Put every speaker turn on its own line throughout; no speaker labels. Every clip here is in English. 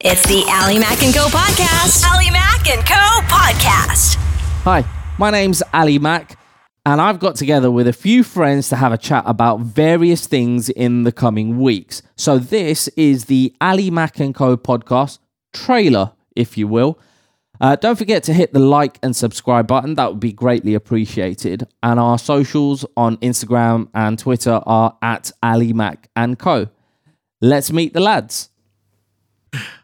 It's the Ally Mac and Co podcast. Ally Mac and Co podcast.
Hi, my name's Ali Mack, and I've got together with a few friends to have a chat about various things in the coming weeks. So this is the Ali Mack and Co podcast trailer, if you will. Uh, don't forget to hit the like and subscribe button. That would be greatly appreciated. And our socials on Instagram and Twitter are at Ali Mack and Co. Let's meet the lads.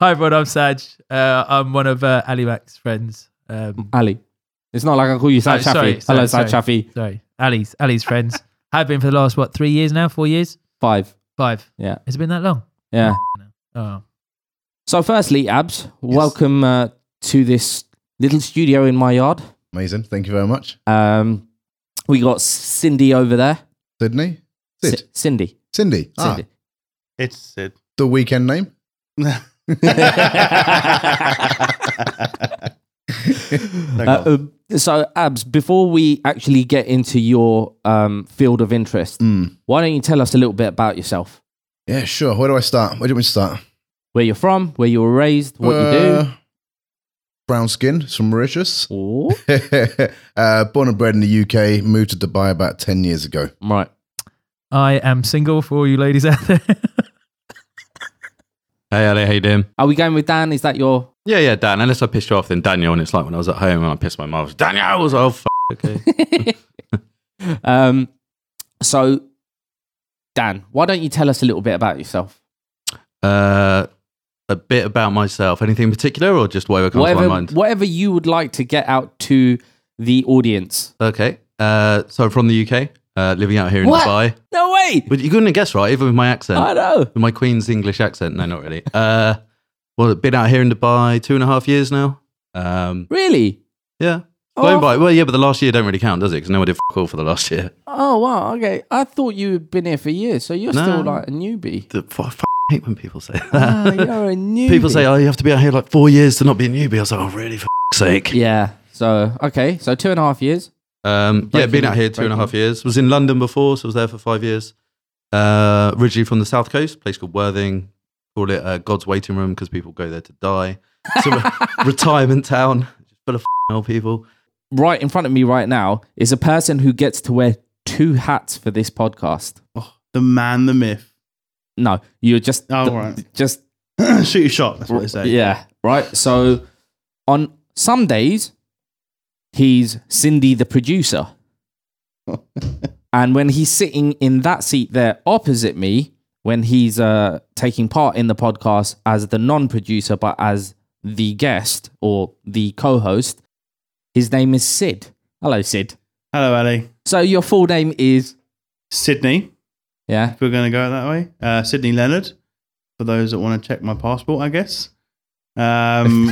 Hi everyone, I'm Saj. Uh, I'm one of uh, Ali Mac's friends. Um,
Ali. It's not like I call you Sad
oh, sorry,
Chaffee. Hello, Sad
sorry, sorry,
Chaffee.
Sorry, Ali's Ali's friends. Have been for the last what three years now? Four years?
Five.
Five?
Yeah.
Has it been that long?
Yeah.
Oh,
So, firstly, Abs, welcome uh, to this little studio in my yard.
Amazing. Thank you very much.
Um, we got Cindy over there.
Sydney? Sid.
C- Cindy.
Cindy. Ah,
Cindy.
It's Sid.
the weekend name?
Uh, um, so, Abs, before we actually get into your um, field of interest,
Mm.
why don't you tell us a little bit about yourself?
Yeah, sure. Where do I start? Where do we start?
Where you're from, where you were raised, what you
Uh, Brown skin, from Mauritius.
do. Ooh.
uh, born and bred in the UK, moved to Dubai about 10 years ago.
Right.
I am single for all you ladies out there.
Hey, Ali, how you doing?
Are we going with Dan? Is that your.
Yeah, yeah, Dan. Unless I pissed you off, then Daniel. And it's like when I was at home and I pissed my mum. I was, Daniel, I was oh, f- okay.
Um, so, Dan, why don't you tell us a little bit about yourself?
uh, a bit about myself. Anything in particular, or just whatever comes to
whatever,
my mind?
whatever you would like to get out to the audience.
Okay. Uh, so I'm from the UK, uh, living out here in
What?
Dubai.
No way!
But you couldn't guess right, even with my accent,
I know.
with my Queen's English accent. No, not really. Uh, well, been out here in Dubai two and a half years now. Um,
Really?
yeah.
Oh.
Blown by. Well, yeah, but the last year don't really count, does it? Because no one did f- all for the last year.
Oh wow. Okay. I thought you had been here for years, so you're
No.
still like a newbie.
The, I f- hate when people say that.
Ah, you're a newbie.
People say, "Oh, you have to be out here like four years to not be a newbie." I was like, "Oh, really? For f- sake."
Yeah. So okay. So two and a half years.
Um, yeah, been out here two and a half years. Was in London before, so was there for five years. Uh, originally from the south coast, place called Worthing. Call it uh, God's waiting room because people go there to die. It's a re- retirement town full of f***ing old people.
Right in front of me right now is a person who gets to wear two hats for this podcast.
The man, the myth.
No, you're just
Oh,
th-
right.
just
Shoot your shot. That's what they say.
yeah. Right. So on some days, he's Cindy the producer. And when he's sitting in that seat there opposite me, when he's uh, taking part in the podcast as the non producer, but as the guest or the co host, his name is Sid. Hello, Sid.
Hello, Ali.
So your full name is,
Sydney.
yeah,
If we're going to go that way. Uh, Sydney Leonard. For those that want to check my passport, I guess.
if you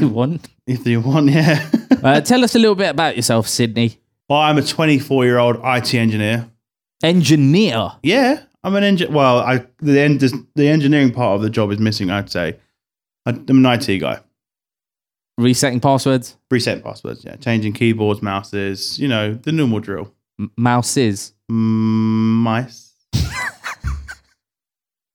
Um,
want.
if you want, yeah.
Uh, tell us a little bit about yourself, Sydney.
well, I'm a 24 year old IT engineer.
Engineer.
Yeah, I'm an engineer. Well, I the en- the engineering part of the job is missing. I'd say. I- I'm an IT guy.
Resetting passwords,
Reset passwords. Yeah, changing keyboards, mouses. You know the normal drill.
m- mouses.
Mm, mice.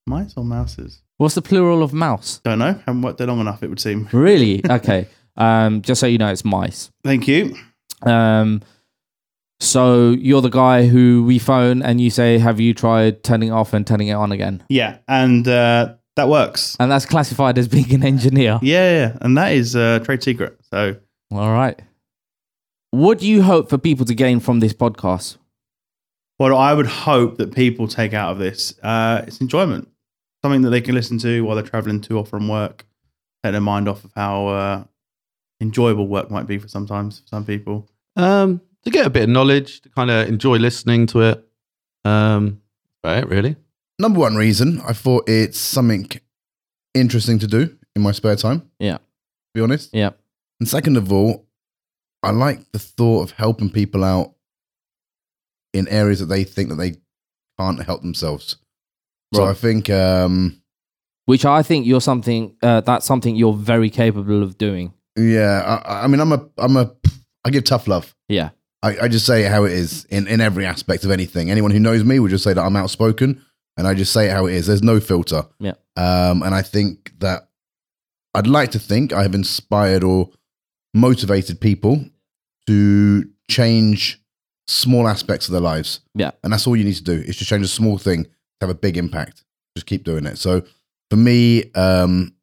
mice or mouses?
What's the plural of mouse?
Don't know. Haven't worked there long enough, it would seem.
Really? Okay. um, just so you know, it's mice.
Thank you.
Um, so you're the guy who we phone and you say, "Have you tried turning it off and turning it on again?"
Yeah, and uh, that works.
And that's classified as being an engineer.
Yeah, yeah, and that is a trade secret. So
All right. What do you hope for people to gain from this podcast?
what I would hope that people take out of this uh, is enjoyment, something that they can listen to while they're traveling to or from work, take their mind off of how uh, enjoyable work might be for sometimes for some people.
Um, to get a bit of knowledge, to kind of enjoy listening to it. Um, right, really.
Number one reason, I thought it's something interesting to do in my spare time.
Yeah.
To be honest.
Yeah.
And second of all, I like the thought of helping people out in areas that they think that they can't help themselves. So
Right.
I think um,
Which I think you're something. Uh, that's something you're very capable of doing.
yeah, I- I, I mean I'm a I'm a I give tough love.
Yeah.
I, I just say it how it is in, in every aspect of anything. Anyone who knows me would just say that I'm outspoken and I just say it how it is. There's no filter.
Yeah.
Um, and I think that I'd like to think I have inspired or motivated people to change small aspects of their lives.
Yeah.
And that's all you need to do is just change a small thing to have a big impact. Just keep doing it. So for me, um,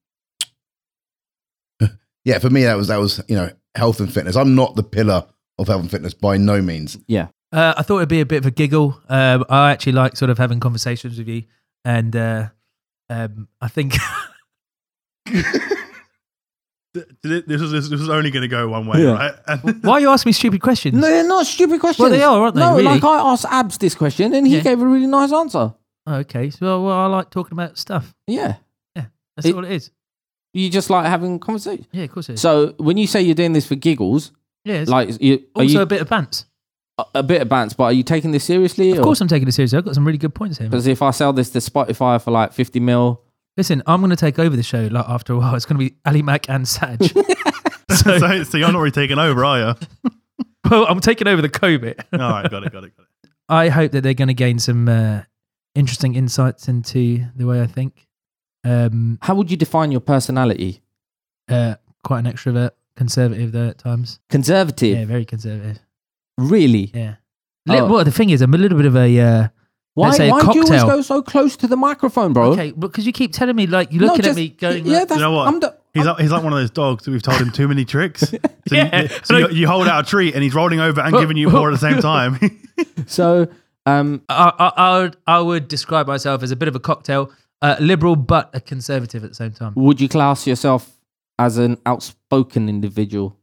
yeah, for me that was that was you know health and fitness. I'm not the pillar of health and fitness by no means.
Uh, I thought it'd be a bit of a giggle. Um, I actually like sort of having conversations with you, and uh, um, I think
This is this is only going to go one way,
Yeah.
Uh,
right? And-
why you ask me stupid questions?
No, they're not stupid questions.
Well, they are, aren't they,
No,
really?
like I asked Abs this question and he
Yeah.
gave a really nice answer.
Oh, okay, so well, I like talking about stuff.
Yeah.
That's
It-
all it is.
You just like having conversation.
Yeah, of course it is.
So when you say you're doing this for giggles,
yeah, it's
like you, are
also
you
a bit of bants.
a, bit of bants, but are you taking this seriously?
Of course, I'm taking it seriously. I've got some really good points here. man.
Because if I sell this to Spotify for like 50 mil,
Listen, I'm going to take over the show. Like after a while, it's going to be Ali Mac and Saj.
so, so you're not really taking over, are you?
well, I'm taking over the COVID.
All right, got it, got it, got it.
I hope that they're going to gain some uh, interesting insights into the way I think. Um,
how would you define your personality?
uh, quite an extrovert, conservative though at times.
Conservative.
Yeah, very conservative.
Really?
Yeah.
Oh.
Li- Well, the thing is, I'm a little bit of a. Uh,
Why,
Let's say a
why do you always
cocktail.
go so close to the microphone, bro?
okay, because you keep telling me like you're
No,
looking
just-
at me going.
Yeah,
like-
that's.
You know what?
I'm the,
He's like, he's like one of those dogs that we've told him too many tricks. So,
Yeah.
you, so you, you hold out a treat and he's rolling over and giving you more at the same time.
so, um,
I, I, I would I would describe myself as a bit of a cocktail, uh, liberal but a conservative at the same time.
would you class yourself as an outspoken individual?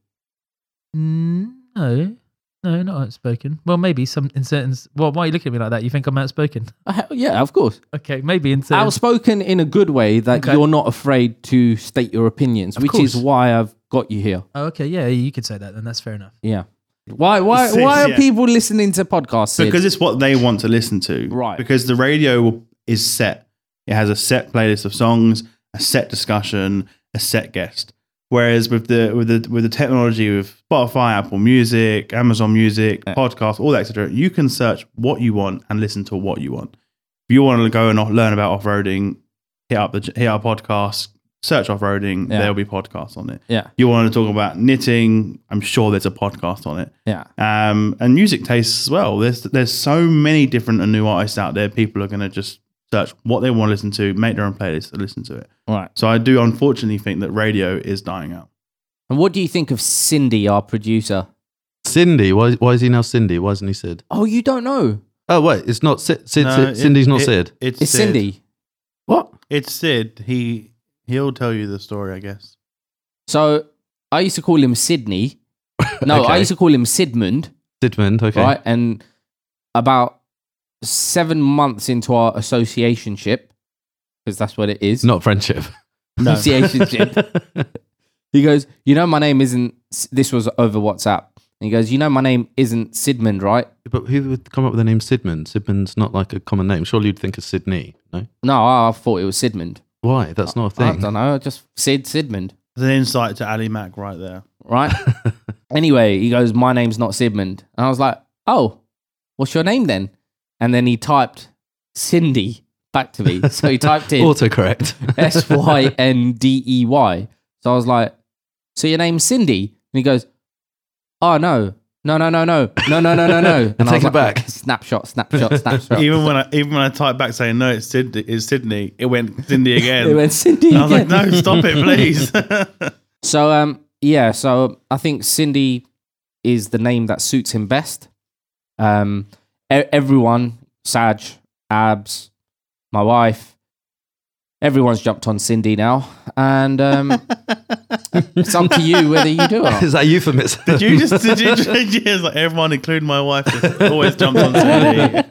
No, no, not outspoken. Well, maybe some in certain. Well, why are you looking at me like that? You think I'm outspoken?
Uh, hell yeah, of course.
Okay, maybe in certain.
Outspoken in a good way that
Okay.
you're not afraid to state your opinions, which is
course.
why I've got you here.
oh, okay, yeah, you could say that. Then that's fair enough.
Yeah. Why? Why?
Sid,
Why are
yeah.
people listening to podcasts? Sid?
because it's what they want to listen to.
Right.
Because the radio will- is set. It has a set playlist of songs, a set discussion, a set guest. Whereas with the with the with the technology with Spotify, Apple Music, Amazon Music, podcasts, all that etc., you can search what you want and listen to what you want. If you want to go and off- learn about off roading, hit up the hit up podcast, search off roading.
Yeah.
There'll be podcasts on it.
yeah,
You want to talk about knitting? I'm sure there's a podcast on it
yeah,
um, and music tastes as well. There's there's so many different and new artists out there. People are going to just search what they want to listen to, make their own playlist, and listen to it.
right.
So I do unfortunately think that radio is dying out.
And what do you think of Cindy, our producer?
Cindy, why, why is he now Cindy? Why isn't he Sid?
Oh, you don't know?
Oh, wait, it's not Sid. Sid,
No,
Sid
it-
Cindy's not
it-
Sid.
It's,
It's
Sid.
Cindy.
What?
It's Sid. He he'll tell you the story, I guess.
So I used to call him Sydney. No, I
Okay.
used to call him Sidmund.
Sidmund, okay.
Right, and about seven months into our associationship, because that's what it is.
It's not friendship.
Um,
associationship. he goes, you know, my name isn't. This was over WhatsApp. And he goes, you know, my name isn't Sidmund, right?
But who would come up with the name Sidmund? Sidmund's not like a common name. Surely you'd think of Sydney, no?
No, I, I thought it was Sidmund.
Why? That's not a
I
thing.
don't know. Just Sid Sidmund,
There's an insight to Ali Mac right there.
right? anyway, he goes, my name's not Sidmund, and I was like, oh, what's your name then? And then he typed Cindy back to me. So he typed in
Autocorrect.
S Y N D E Y. So I was like, so your name's Cindy? And he goes, oh, no. No, no, no, no, no, no, no, no, no. And I was
Take it
like,
back.
Snapshot, snapshot,
Oh.
snapshot.
Even when I even when I typed back saying no, it's Sid. It's Sydney. It went Cindy again.
it went Cindy.
And I was like,
again.
no, stop it, please.
So um yeah, so I think Cindy is the name that suits him best. Um e- everyone, Saj, Abs, my wife, everyone's jumped on Cindy now. And um it's up to you whether you do or not.
Is that a euphemism?
did you just did you just, it's like everyone, including my wife, just always jumps on Cindy.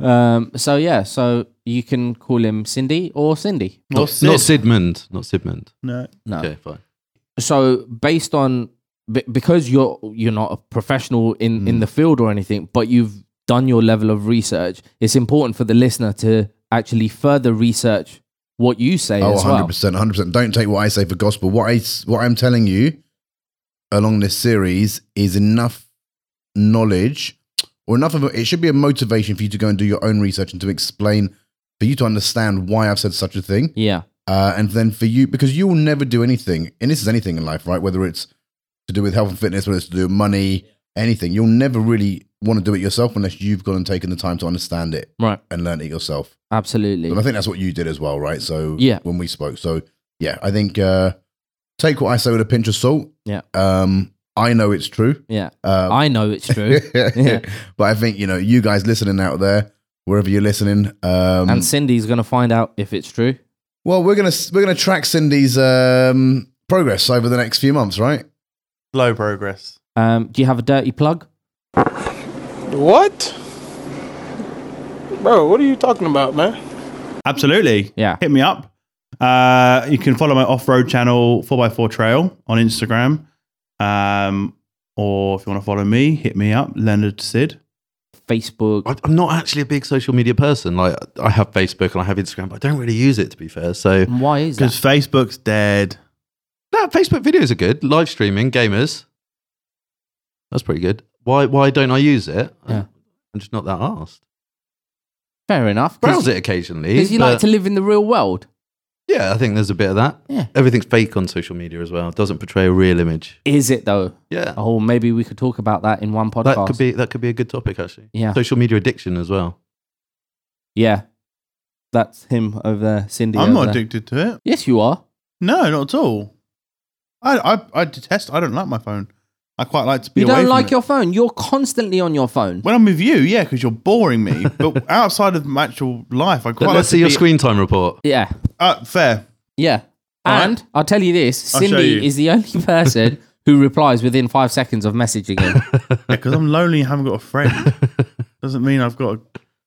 Um so yeah, so you can call him Cindy or Cindy.
Or Sid.
Not Sidmund. Not Sidmund.
No.
No.
Okay, fine.
so based on be- because you're you're not a professional in in the field or anything but you've done your level of research it's important for the listener to actually further research what you say
Oh,
as well
100%, 100%. Don't take what I say for gospel. What, I, what I'm telling you along this series is enough knowledge or enough of a, it should be a motivation for you to go and do your own research and to explain for you to understand why I've said such a thing.
yeah
Uh, and then for you, because you will never do anything, and this is anything in life, right? Whether it's to do with health and fitness, whether it's to do with money, anything, you'll never really want to do it yourself unless you've gone and taken the time to understand it
Right.
and learn it yourself.
Absolutely.
And I think that's what you did as well, right? So
Yeah.
when we spoke. So yeah, I think uh, take what I say with a pinch of salt.
Yeah.
Um, I know it's true.
Yeah.
Um,
I know it's true. Yeah.
But I think you know you guys listening out there, wherever you're listening. Um,
and Cindy's going to find out if it's true.
well, we're gonna we're gonna track Cindy's um, progress over the next few months, right?
Slow progress.
Um, do you have a dirty plug?
What? Bro, what are you talking about, man?
Absolutely.
Yeah.
Hit me up. Uh, you can follow my off-road channel 4x4 Trail on Instagram. Um, or if you want to follow me, hit me up, Leonard Sid.
Facebook.
I- I'm not actually a big social media person. Like I have Facebook and I have Instagram, but I don't really use it to be fair. So
And why is
Because
that?
Facebook's dead.
no, Facebook videos are good. Live streaming, gamers. That's pretty good. Why why don't I use it?
Yeah.
I'm just not that asked.
Fair enough.
Browse it occasionally.
Because you like
but-
to live in the real world.
Yeah, I think there's a bit of that.
Yeah.
Everything's fake on social media as well. It doesn't portray a real image.
Is it though?
Yeah.
Oh, maybe we could talk about that in one podcast.
that could be that could be a good topic actually.
Yeah.
Social media addiction as well.
Yeah. That's him over there, Cindy.
I'm
over
not
there.
addicted to it.
Yes, you are.
No, not at all. I, I, I detest. I don't like my phone. I quite like to be.
You
away
don't
from
like
it.
your phone. You're constantly on your phone.
When I'm with you, yeah, because you're boring me. But outside of my actual life, I quite
Let,
like
us
to
see your
be-
screen time report.
Yeah.
Uh, fair.
Yeah.
All
and I'll tell you this
I'll show
Cindy
you.
is the only person who replies within five seconds of messaging him.
Because I'm lonely and haven't got a friend. Doesn't mean I've got a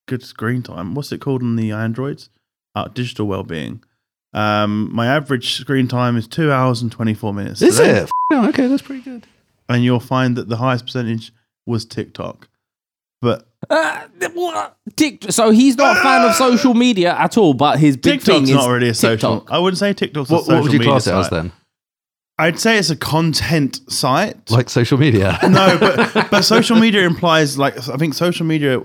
good screen time. What's it called on the Androids? Uh, digital well-being. Um, my average screen time is two hours and twenty-four minutes.
Is
today.
it? F- no, okay, that's pretty good.
And you'll find that the highest percentage was TikTok. But
Uh, what? Tick- so he's not a fan of social media at all, but his big thing
TikTok's
is
not really a social.
TikTok.
I wouldn't say TikTok's a
What,
social
what would you
media
class it as
site.
then?
I'd say it's a content site.
Like social media.
no, but but social media implies like I think social media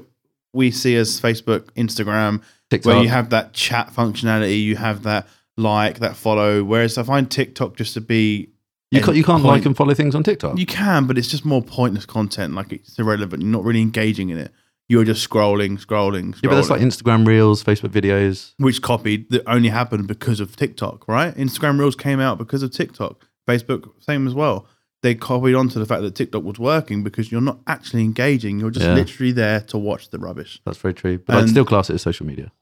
we see as Facebook, Instagram, where
TikTok.
you have that chat functionality, you have that like, that follow. Whereas I find TikTok just to be
You can't, you can't
Point.
like and follow things on TikTok.
you can, but it's just more pointless content. Like it's irrelevant. You're not really engaging in it. You're just scrolling, scrolling, scrolling.
yeah, but that's like Instagram Reels, Facebook videos.
which copied that only happened because of TikTok, right? Instagram Reels came out because of TikTok. Facebook, same as well. They copied onto the fact that TikTok was working because you're not actually engaging. You're just
Yeah.
literally there to watch the rubbish.
That's very true. But I'd
And-
still class it as social media.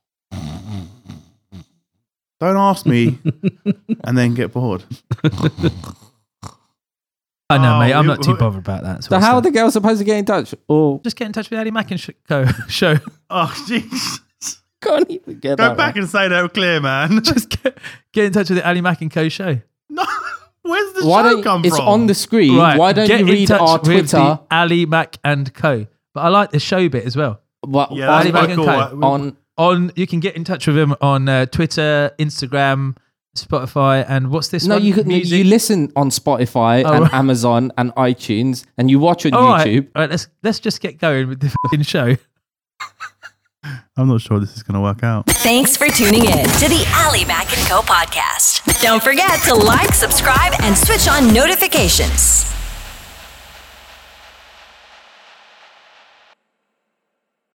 Don't ask me and then get bored.
I know,
Oh,
mate. I'm
you-
not too bothered about that.
So how are the girls supposed to get in touch? Or
just get in touch with Ali Mack and sh- co- show.
Oh, jeez.
can't even get
Go
that
back
right.
and say that clear, man.
Just get, get in touch with the Ali Mack and Co show.
No. Where's the
Why
show
don't
come
it's
from?
on the screen? Why don't
get
you
in
read
touch
our
with the
Twitter?
Ali Mack and Co. But I like the show bit as well.
Wha-
Yeah,
why-
that's
Ali
quite
Mac
cool.
and
on
On you can get in touch with him on uh, Twitter, Instagram, Spotify, and what's this?
no,
one?
you, could- you
Music?
you listen on Spotify
Oh,
and
right.
Amazon and iTunes, and you watch on
All right,
YouTube.
all right, let's let's just get going with the fucking show.
I'm not sure this is going to work out.
Thanks for tuning in to the Ally Mac and Co podcast. Don't forget to like, subscribe, and switch on notifications.